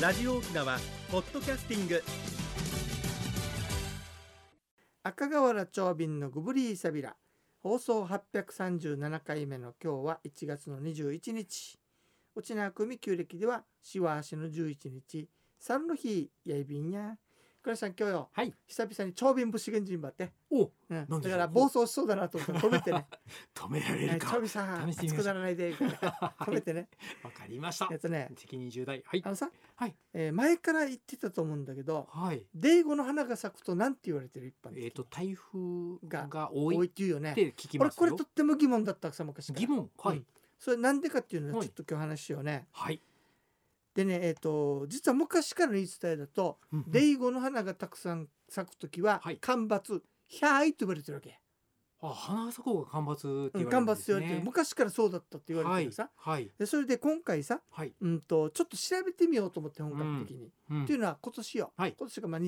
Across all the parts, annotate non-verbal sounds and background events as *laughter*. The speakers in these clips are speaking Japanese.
ラジオ沖縄ポッドキャスティング赤瓦長瓶のグブリーサビラ放送837回目の今日は1月の21日沖縄組旧暦ではしわしの11日三の日やいびんや倉石さん今日よはい。久々に長瓶ぶしげんじんばって、お、うん、なんでしょだかうら暴走しそうだなと思って止めてね *laughs* 止めら「れはるい長か。瓶さん試してみま熱しょうくならない *laughs* で」止めてねわかりましたえっ。とね責任重大。はいあ。のさ、はいえー前から言ってたと思うんだけどはい。デイゴの花が咲くとなんて言われてる一般的にえっと台風がが多多いいっっていうよねて聞き俺ますこれよと。っても疑問だったさ昔から疑問。はういん。それなんでかっていうのをはちいょっと今日話しようね、はい。でねえっ、と実は昔からの言い伝えだと、うんうんデイゴの花がたくさん咲く時は、はい干ばつひゃーいと言われてるわけ、あ、花咲こうが干ばつってうん言われる干んばでつってす言わね。れてる昔からそうだったって言わはれいてるさ、。はい。でそれで今回さ、はい。うん、とちょっと調べてみようと思って本格的に、うんっていうのは今年よ、はい今年がまあ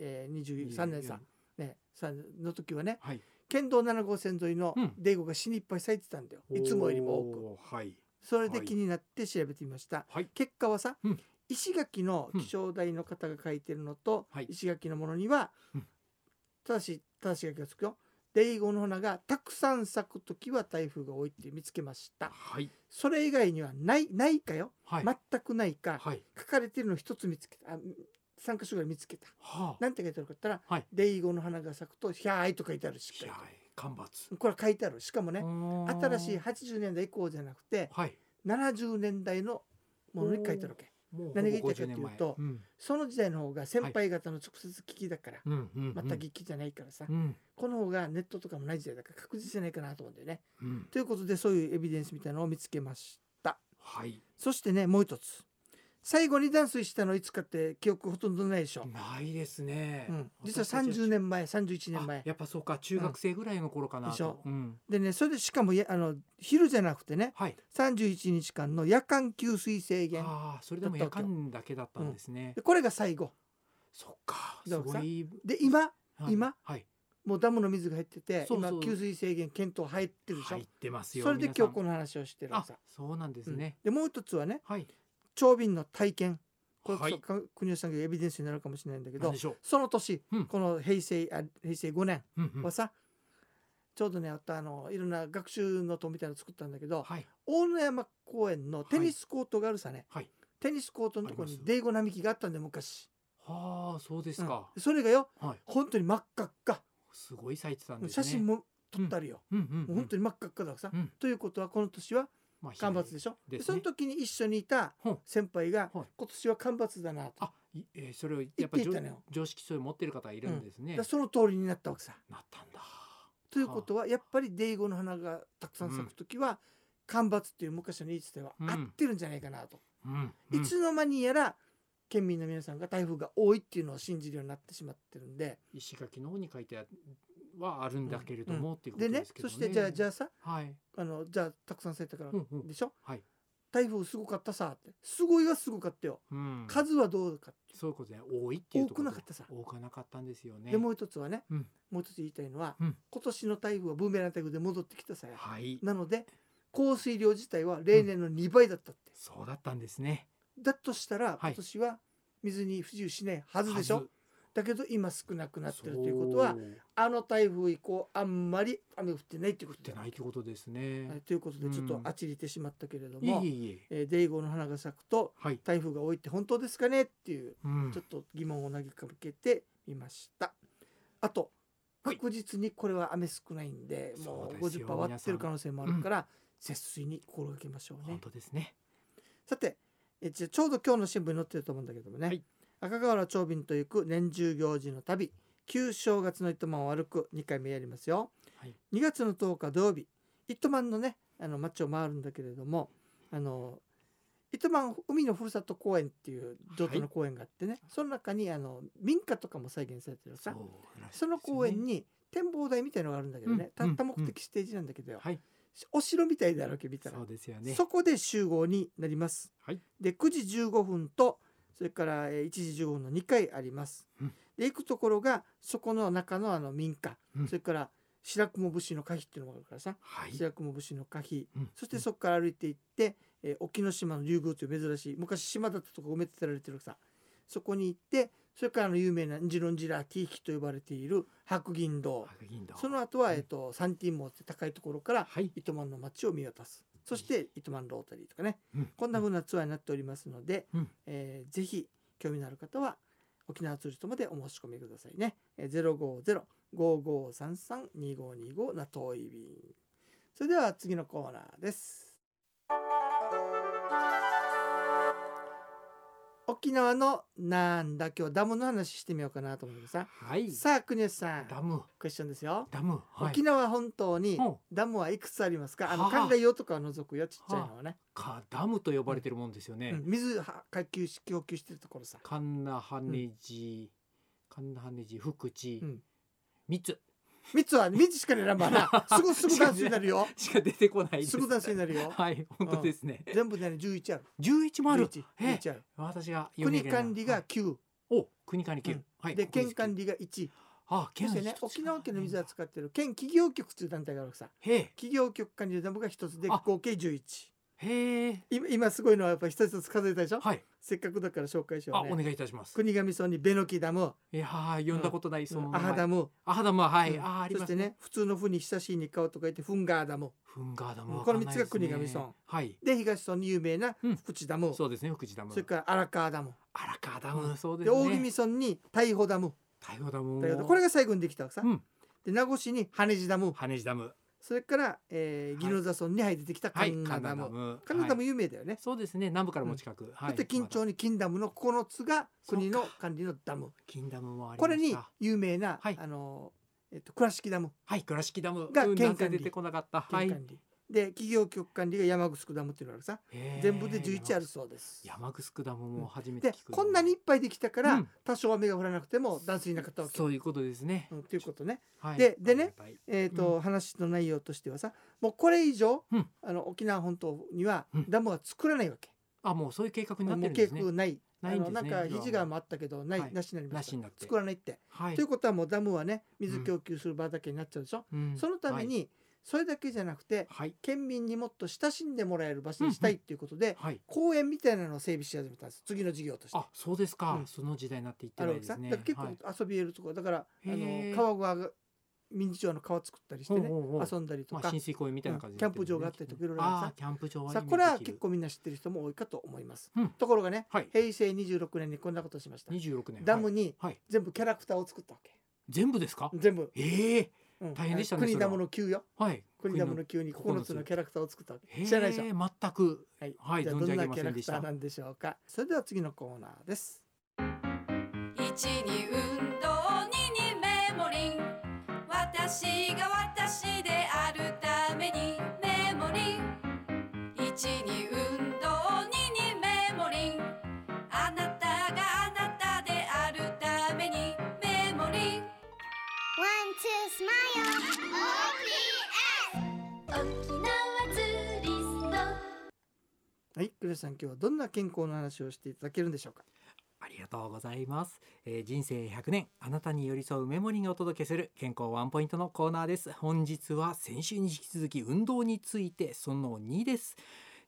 2023年さ、。ね、さの時はねはい。県道7号線沿いのうんデイゴが死にいっぱい咲いてたんだよ、いつもよりも多く。多く。はい。それで気になって調べてみました、はい結果はさ、うん石垣の気象台の方が書いてるのと、はい石垣のものには、うん正しい正しい書きがつくよデイゴの花がたくさん咲くときは台風が多いって見つけましたはい。それ以外にはないないかよ、はい。全くないか、はい。書かれてるの一つ見つけたあ3箇所ぐらい見つけたはあ。なんて書いてあるかって言ったら、はいデイゴの花が咲くと「ひゃーい」と書いてあるしっかいりやと干ばつ。これ書いてあるしかもね新新しい。80年代以降じゃなくてはい。 70年代のものに書いてあるわけもう何が言いほぼたいか50という年と前うんその時代の方が先輩方の直接聞きだから、うんうんうんまた聞きじゃないからさ、うんこの方がネットとかもない時代だから確実じゃないかなと思うんだよね。うんということでそういうエビデンスみたいなのを見つけましたはいそしてねもう一つ最後に断水したのいつかって記憶ほとんどないでしょ、ないですねうん、実は私たち30年前31年あ前やっぱそうか中学生ぐらいの頃かなでしょとうんでねそれでしかもやあの昼じゃなくてねはい31日間の夜間給水制限ああそれでも夜間だけだったんですねでこれが最後そっかすだからごさいで今はい今はいもうダムの水が減っててそうそう今給水制限検討入ってるでしょ、入ってますよそれで皆さん今日この話をしてるのあさ、そうなんですうんねでもう一つはねはい長瓶の体験これこはそいか国吉さんがエビデンスになるかもしれないんだけなんどでしょうその年、うんこの平成あ平成5年うんうんはさ、ちょうどねあったあのいろんな学習の塔みたいなの作ったんだけど、はい大野山公園のテニスコートがあるさね、はいテニスコートのとこあろりにますデイゴ並木があったんで昔はあそうですかうんそれがよはい本当に真っ赤っか、すごい咲いてたんですね写真も撮ったりよ、うんうんもう本当に真っ赤っかだからさ、うんということはこの年はまあ被害干ばつでしょですねその時に一緒にいたほう先輩がはい今年は干ばつだなと、あいえーそれをやっぱ言って常いたのよ常識そういう持ってる方いるんですねだからその通りになったわけさ。なったんだということはやっぱりデイゴの花がたくさん咲く時は干ばつっていう昔の言い伝えはうん合ってるんじゃないかなと、うんいつの間にやら県民の皆さんが台風が多いっていうのを信じるようになってしまってるんで石垣の方に書いてあはあるんだけれども、っていうことでねですけどそね。してじゃあじゃゃあさあはい、あのじゃあたくさん咲いたからうんうんでしょ、はい台風すごかったさってすごいはすごかったようん、数はどうかってそういうことね多いっていうところ多くなかったさ多くなかったんですよね。でもう一つはね、うんもう一つ言いたいのは、うん今年の台風はブーメラン台風で戻ってきたさやはいなので降水量自体は例年の2倍だったって、そうだったんですね。だとしたらい今年は水に不自由しないはずでしょ、はずだけど今少なくなってるということはそうあの台風以降あんまり雨降ってないって降こっとてだないということですね。はいということでちょっとうんあちりてしまったけれどいえも、いえいええーデイゴの花が咲くとはい、台風が多いって本当ですかねっていううんちょっと疑問を投げかけてみました。あとはい確実にこれは雨少ないんで、もうそうです50%よ割ってる可能性もあるから、節水に心がけましょうね本。当ですね。さてえじゃあちょうど今日の新聞に載ってると思うんだけどもね、はい赤瓦長瓶と行く年中行事の旅旧正月の糸満を歩く2回目やりますよ、はい2月の10日土曜日糸満のねあの町を回るんだけれどもあの糸満海のふるさと公園っていう上都の公園があってね、その中にあの民家とかも再現されてるさうらしいですねその公園に展望台みたいのがあるんだけどね、うんうんたった目的ステージなんだけどよ、はい、お城みたいだろうけ見たらそうですよね。そこで集合になります。はいで9時15分とそれからえー1時15分の2回あります。うんで行くところがそこの中のあの民家、うんそれから白雲節の歌碑っていうのがあるからさはい、白雲節の歌碑、うんそしてそこから歩いて行って、えー沖ノ島の竜宮という珍しい昔島だったとこ埋め立てられてるさそこに行ってそれからあの有名なジロンジラーティーキと呼ばれている白銀堂白銀堂その後は、うんえっとサンティンモーって高いところからはい糸満の街を見渡すそして糸満ロータリーとかね、うんこんな風なツアーになっておりますので、うんえーぜひ興味のある方は沖縄ツーリストまでお申し込みくださいね、えー、050-5533-2525な遠い便それでは次のコーナーです沖縄のなんだ今日ダムの話してみようかなと思いますさはいさあ国吉さんダムクエスチョンですよ、ダムはい沖縄本島にうんダムはいくつありますかあのはあ寒冷用とかを除くよちっちゃいのはね、かダムと呼ばれてるもんですよね、うん、水は供給し供給してるところさカンナハネジ、カンナハネジ、福地、うん三つ三つは三つしか選ば *laughs* なすぐすぐダンスになるよしか出てこないですすぐダンスになる *laughs* よはい、本当ですね。全部でね11ある十一もある。 11え11ある私が読めな国いな管理が。9お、国管理級うん。はい。でここ県管。理が1あ、そ県してのね一つ沖縄県の水は使ってる県企業局という団体があるさへえ、企業局管理のダムが一つであ合計11へえ。今今すごいのはやっぱ一つずつ数えたでしょはい。せっかくだから紹介しよあ、うおね願いいたします。国頭村にベノキダムいやー、読んだことないその名アハ前。ダムアハダムははうい。んあー、ありそましすてねね。普通の「ふ」に親しいに「顔」と書いて「フンガーダムフンガーダムうんわかんないこので三すつがね。国頭村はい」。で東村に有名なうん福地ダム、そそうですね、福地ダム。れから荒川ダム荒川ダム、そうで,、ですね。大宜味村に大保ダム大河ダムも。大保ダムこれが最後にできたわけさ、うんで名護市に羽地ダム羽地ダム。それから、えー、はい宜野座村に入ってきたは神い、カ奈ナダム。ダム、神奈ダはムい有名だよね、そうですね、南部からも近く。はそいして緊張に金ダムの9つが国の管理のダム金ダムもありまこしたれに有名な、はいあのえっと、倉敷ダムはい倉敷ダムがうん県なんか管理出てこなかったは県い管理、で企業局管理が山城ダムっていうのがあるさへー全部で11あるそうです。山城ダムも初めてで聞くこんなにいっぱいできたから、うん多少雨が降らなくても断水なかったわけ。そういうことですねうん、ということね。はいででねありがたいえーと話の内容としてはさもうこれ以上、うんあの沖縄本島にはうんダムは作らないわけ。あもうそういう計画になってもるんうで計すね画ないないんですねあのなんか肘がもあったけどない、はいなしになりまなししになったて作らないって、はいということはもうダムはね水うん供給する場だけになっちゃうでしょ。うんそのために、それだけじゃなくてはい県民にもっと親しんでもらえる場所にしたいっていうことで、はいはい公園みたいなのを整備し始めたんです次の事業として。あそうですかうんその時代になっていってあなるいでわけさ、すねだからはい結構遊び得るところだからあへのー川が民事町の川作ったりしてねほうほうほう遊んだりとまかあ浸水公園みたいな感じになってるんキャですねンプ場があったりとかいろいろあるあさあキャンプ場はさあイメージこれはできる結構みんな知ってる人も多いかと思います、うんところがねはい平成26年にこんなことをしました二十六年ダムはいにはい全部キャラクターを作ったわけ全部ですか全部、ええうん大変でしたね国それダはムの急よはい国ダムの急に国の9つのキャラクターを作ったわへけえ知らないでしょ、全くはいはいじゃあ存どじん上なげキませャラんクでしターたなんでしょうかそれでは次のコーナーです一に運動二にメモリン私が私であるためにメモリン一に運動二にメモリンあなたがあなたであるためにメモリン One, two, smile. OPS. 沖縄ツーリスト。はいクレさん今日はどんな健康の話をしていただけるんでしょうかありがとうございます、えー人生100年あなたに寄り添うメモリーがお届けする健康ワンポイントのコーナーです本日は先週に引き続き運動についてその2です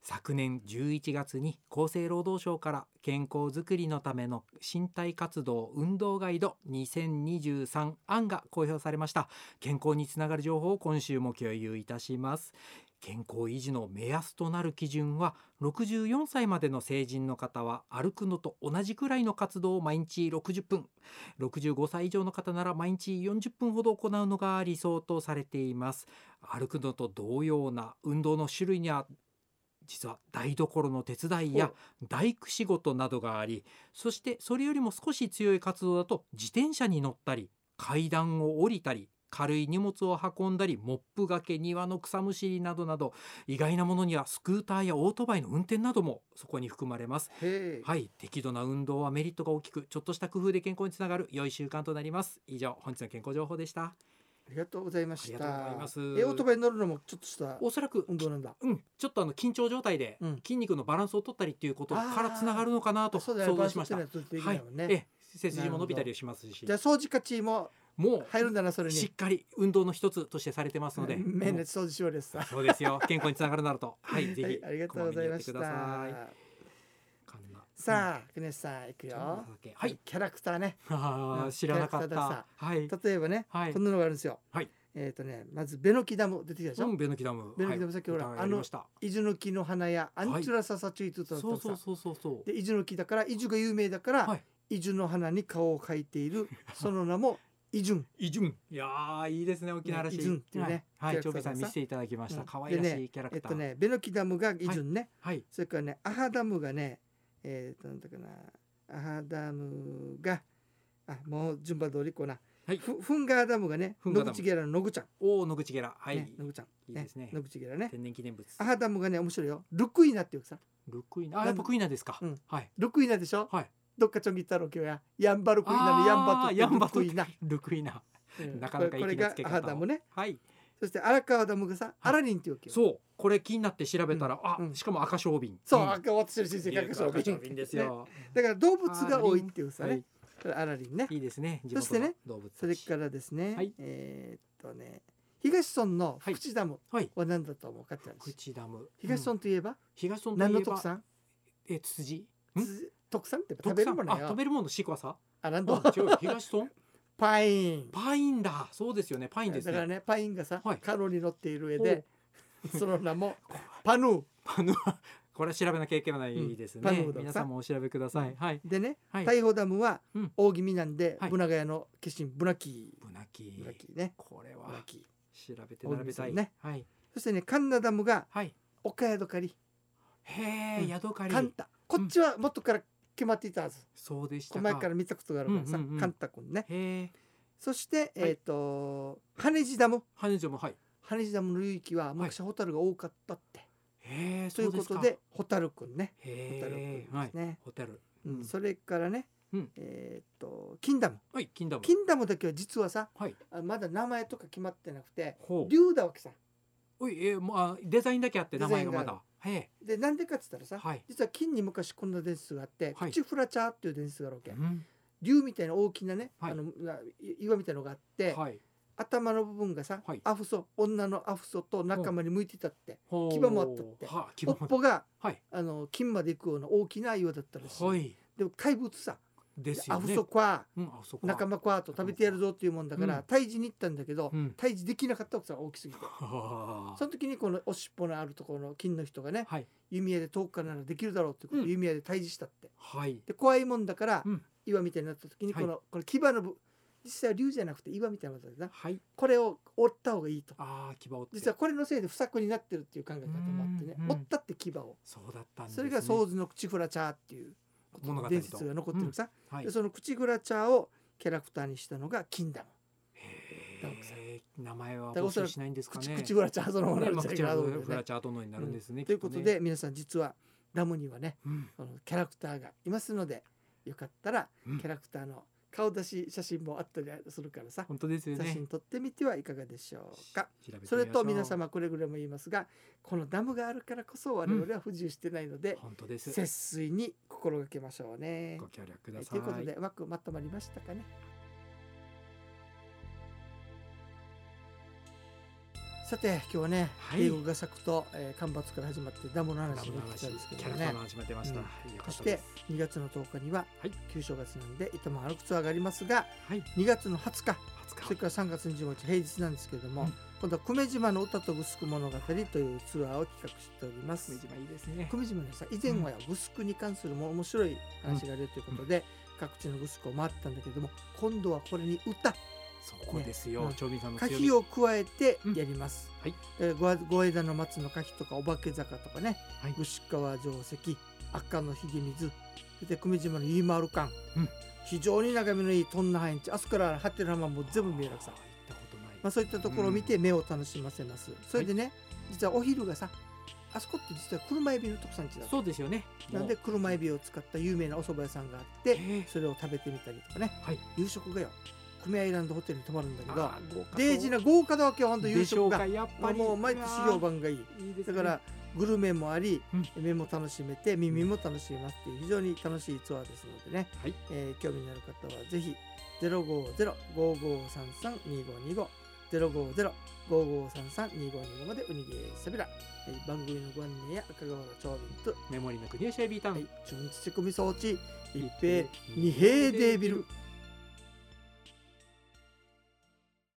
昨年11月に厚生労働省から健康づくりのための身体活動運動ガイド2023案が公表されました健康につながる情報を今週も共有いたします健康維持の目安となる基準は64歳までの成人の方は歩くのと同じくらいの活動を毎日60分65歳以上の方なら毎日40分ほど行うのが理想とされています歩くのと同様な運動の種類には実は台所の手伝いや大工仕事などがありそしてそれよりも少し強い活動だと自転車に乗ったり階段を降りたり軽い荷物を運んだりモップがけ庭の草むしりなどなど意外なものにはスクーターやオートバイの運転などもそこに含まれますへい、はい適度な運動はメリットが大きくちょっとした工夫で健康につながる良い習慣となります以上本日の健康情報でしたありがとうございましたありがとうございますえオートバイ乗るのもちょっとしたおそらく運動なんだうん、ちょっとあの緊張状態でうん筋肉のバランスを取ったりっていうことからあーつながるのかなとそ想うだよ像しました。バランス取ってないとできないもんえねえ、背筋も伸びたりしますしじゃ、あ掃除家チームも入るんだなそれうにしっかり運動の一つとしてされてますので、うん面もう熱掃除しようですさそうですよ健康につながるなるとはいぜはひいありがとうございましこまめにやってくださたいこんなさあクネスさんいくうんなんだよっけはいキャラクターねあうんー知らなかっキャラクターたはい例えばねはいこんなのがあるんですよはいえっとねまずベノキダム出てきたでしうょんベノキダムベノキダムはいさっきほら歌いましたイジュノキの花やアンチュラササチュイトとそうそうさそうそうそうでイジュノキだからイジュが有名だから、はいイジュの花に顔を描いているその名もイジュンイジュンいやーいいですね沖縄らしいねイジュンっていうねはいはいキチャョビラクタさーんが見させていただきましたうん可愛らしいキャラえクっターとねベノキダムがイジュンね、はいそれからねアハダムがねえっ、となんだかなアハダムがあもう順番通りこうな、はいフフンガーダムがねフンガ野ーダム口ゲラの野口ちゃん、おお野口ゲラはいね、野口ちゃん、いいですね野口ゲラね天然記念物アハダムがね面白いよルクイナっていうさルクイナあやっぱクイナですかうんはいルクイナでしょはいどっかちょんぎったろ今日やヤンバルクイナのヤンバとってあーヤンバルとクってイナ、ルクイナうんなかなかこれ息のつけこれがアハ方ダをムねはいそして荒川ダムがさ、アラリンっていうわけよそうこれ気になって調べたらあうんしかも赤小瓶そう、ん赤落ちてる先生が赤小瓶ですよだから動物が多いっていうさはねい。これアラリンね。いいですねそしてね地元の動物たちそれからですね、はいえーっとね、東村の福地ダムはいは何だと思うかって話。口ダム東うん村といえば、東村と何のいえば特産？えツツジんつ特産って食特べる産ものあよ食。べるものシークワーサあ、なんだーあ。違 *laughs* う東村パイン。パインだそうですよねパインですだからねね、パインがさ、はいカロリー乗っている上で、その名 *laughs* もパヌー。パヌはこれは調べなきゃいけないですうんパヌーねだ皆さんもお調べくださいはいでね、はい大砲ダムはうん大気味なんで、はいブナガヤの化身ブナキブナー、キブナキーね、これブナはキー。調べて並べたい大水ねはいそしてね、カンナダムがはい岡宿かり。へうんえヤドカリカンタこっちは元から決まっていたはず、そうでしこたの前かから見たことがあるからさ、うんうんうんカンタ君ねへえそして、えっ、と羽地ダム羽女もはい羽地ダムの流域は昔ホタルが多かったって、へえというそこすとかでホタル君ね、ホタルへ君えはでいすね、ホテルうんうんそれからね、うんえっ、と金ダムはい金ダム金ダムだけは実はさはいあまだ名前とか決まってなくてほう竜だわけさおいえーもうあデザインだけあって名前がデザまインがあだへでなんでかって言ったえらさはい実は金に昔こんな伝説があって、はい口フラチャーっていう伝説があるわけ、うん竜みたいな大きなね、はいあのない岩みたいなのがあって、はい頭の部分がさ、はいアフソ女のアフソと仲間に向いてたって、ほう牙もあったってはあ牙尾もっあったぽがはいあの金まで行くような大きな岩だったらしい、はいでも怪物さ、ですアよフねソコアうんあそこは仲間コアと食べてやるぞっていうもんだから、うん退治に行ったんだけど、うん *laughs* 退治できなかった奥さんが大きすぎてはあその時にこのおしっぽのあるところの金の人がねはい弓矢で遠くからならできるだろうってことでうん弓矢で退治したってはいで怖いもんだから、うん岩みたいになった時にこの,、この牙の部実際は竜じゃなくて岩みたいなもんだけどなはいこれを折った方がいいとああ牙を折って実はこれのせいで不作になってるっていう考え方もあってねうんうん折ったって牙をそうだったんですそねれがソーズの口フラチャーっていう物語と伝説が残ってるさ、はいでその口フラチャーをキャラクターにしたのが金ダムダムさんへー名前はだからお募そら集くしないんですか口,、ね口フラチャーそのものねなんまあじゃな口はいかなとフ思うけどラねチャートのになるんですねときいっうことねで皆さん実はダムにはねうんこのキャラクターがいますのでよかったらうんキャラクターの顔出し写真もあったりするからさ、本当ですよ写ね真撮ってみてはいかがでしょうか。調べてみましょうそれと皆様これぐらいも言いますがこのダムがあるからこそ我々は不自由してないので、本当です節水に心がけましょうねご。協力くだえさといいうことでうまくまとまりましたかね。さて今日はね、はい英語が作と、えー干ばつから始まってダムダの話ムにのなっ話てたんですけキどャラクタねーの。話も出ました、うんよかそっしたてです2月の10日にははい旧正月なんで糸満春靴上がりますがはい2月の20日そ20れ日から3月25日平日なんですけれども、うん今度は久米島の歌とぐすく物語というツアーを企画しております久米島いいですね久米島にはさ以前はぐすくに関するも面白い話があるよということで、各地のぐすくを回ったんだけれども今度はこれに歌そこですよ、ねうん町民さんの歌強詞みを加えてやります、うんはいえーごわご枝の松の柿とかお化け坂とかね、はい牛川定石赤のひげ水そして久米島のゆいまる館、うん非常に眺めのいいトンナハインチあそこからハテナ浜も全部見えるわけさあー行ったことない、まあ、そういったところを見て目を楽しませます、それでね、実はお昼がさあそこって実は車エビの特産地だそうですよねなんで車エビを使った有名なお蕎麦屋さんがあってえそれを食べてみたりとかねはい夕食がよ久米アイランドホテルに泊まるんだけどあー豪華そうデイジーな豪華だわけよほんと夕でしょ食うがかやっぱりもう毎年評判がいいいいですだねからグルメもあり、うん目も楽しめて耳も楽しめますっていう非常に楽しいツアーですのでね、はいえー興味のある方はぜひ050-5533-2525 050-5533-2525までウニゲーサビラ、えー番組のご案内や赤川長瓶とメモリーの国吉 AB タウン、はい、チュンチチコミ装置一一平平二平デービル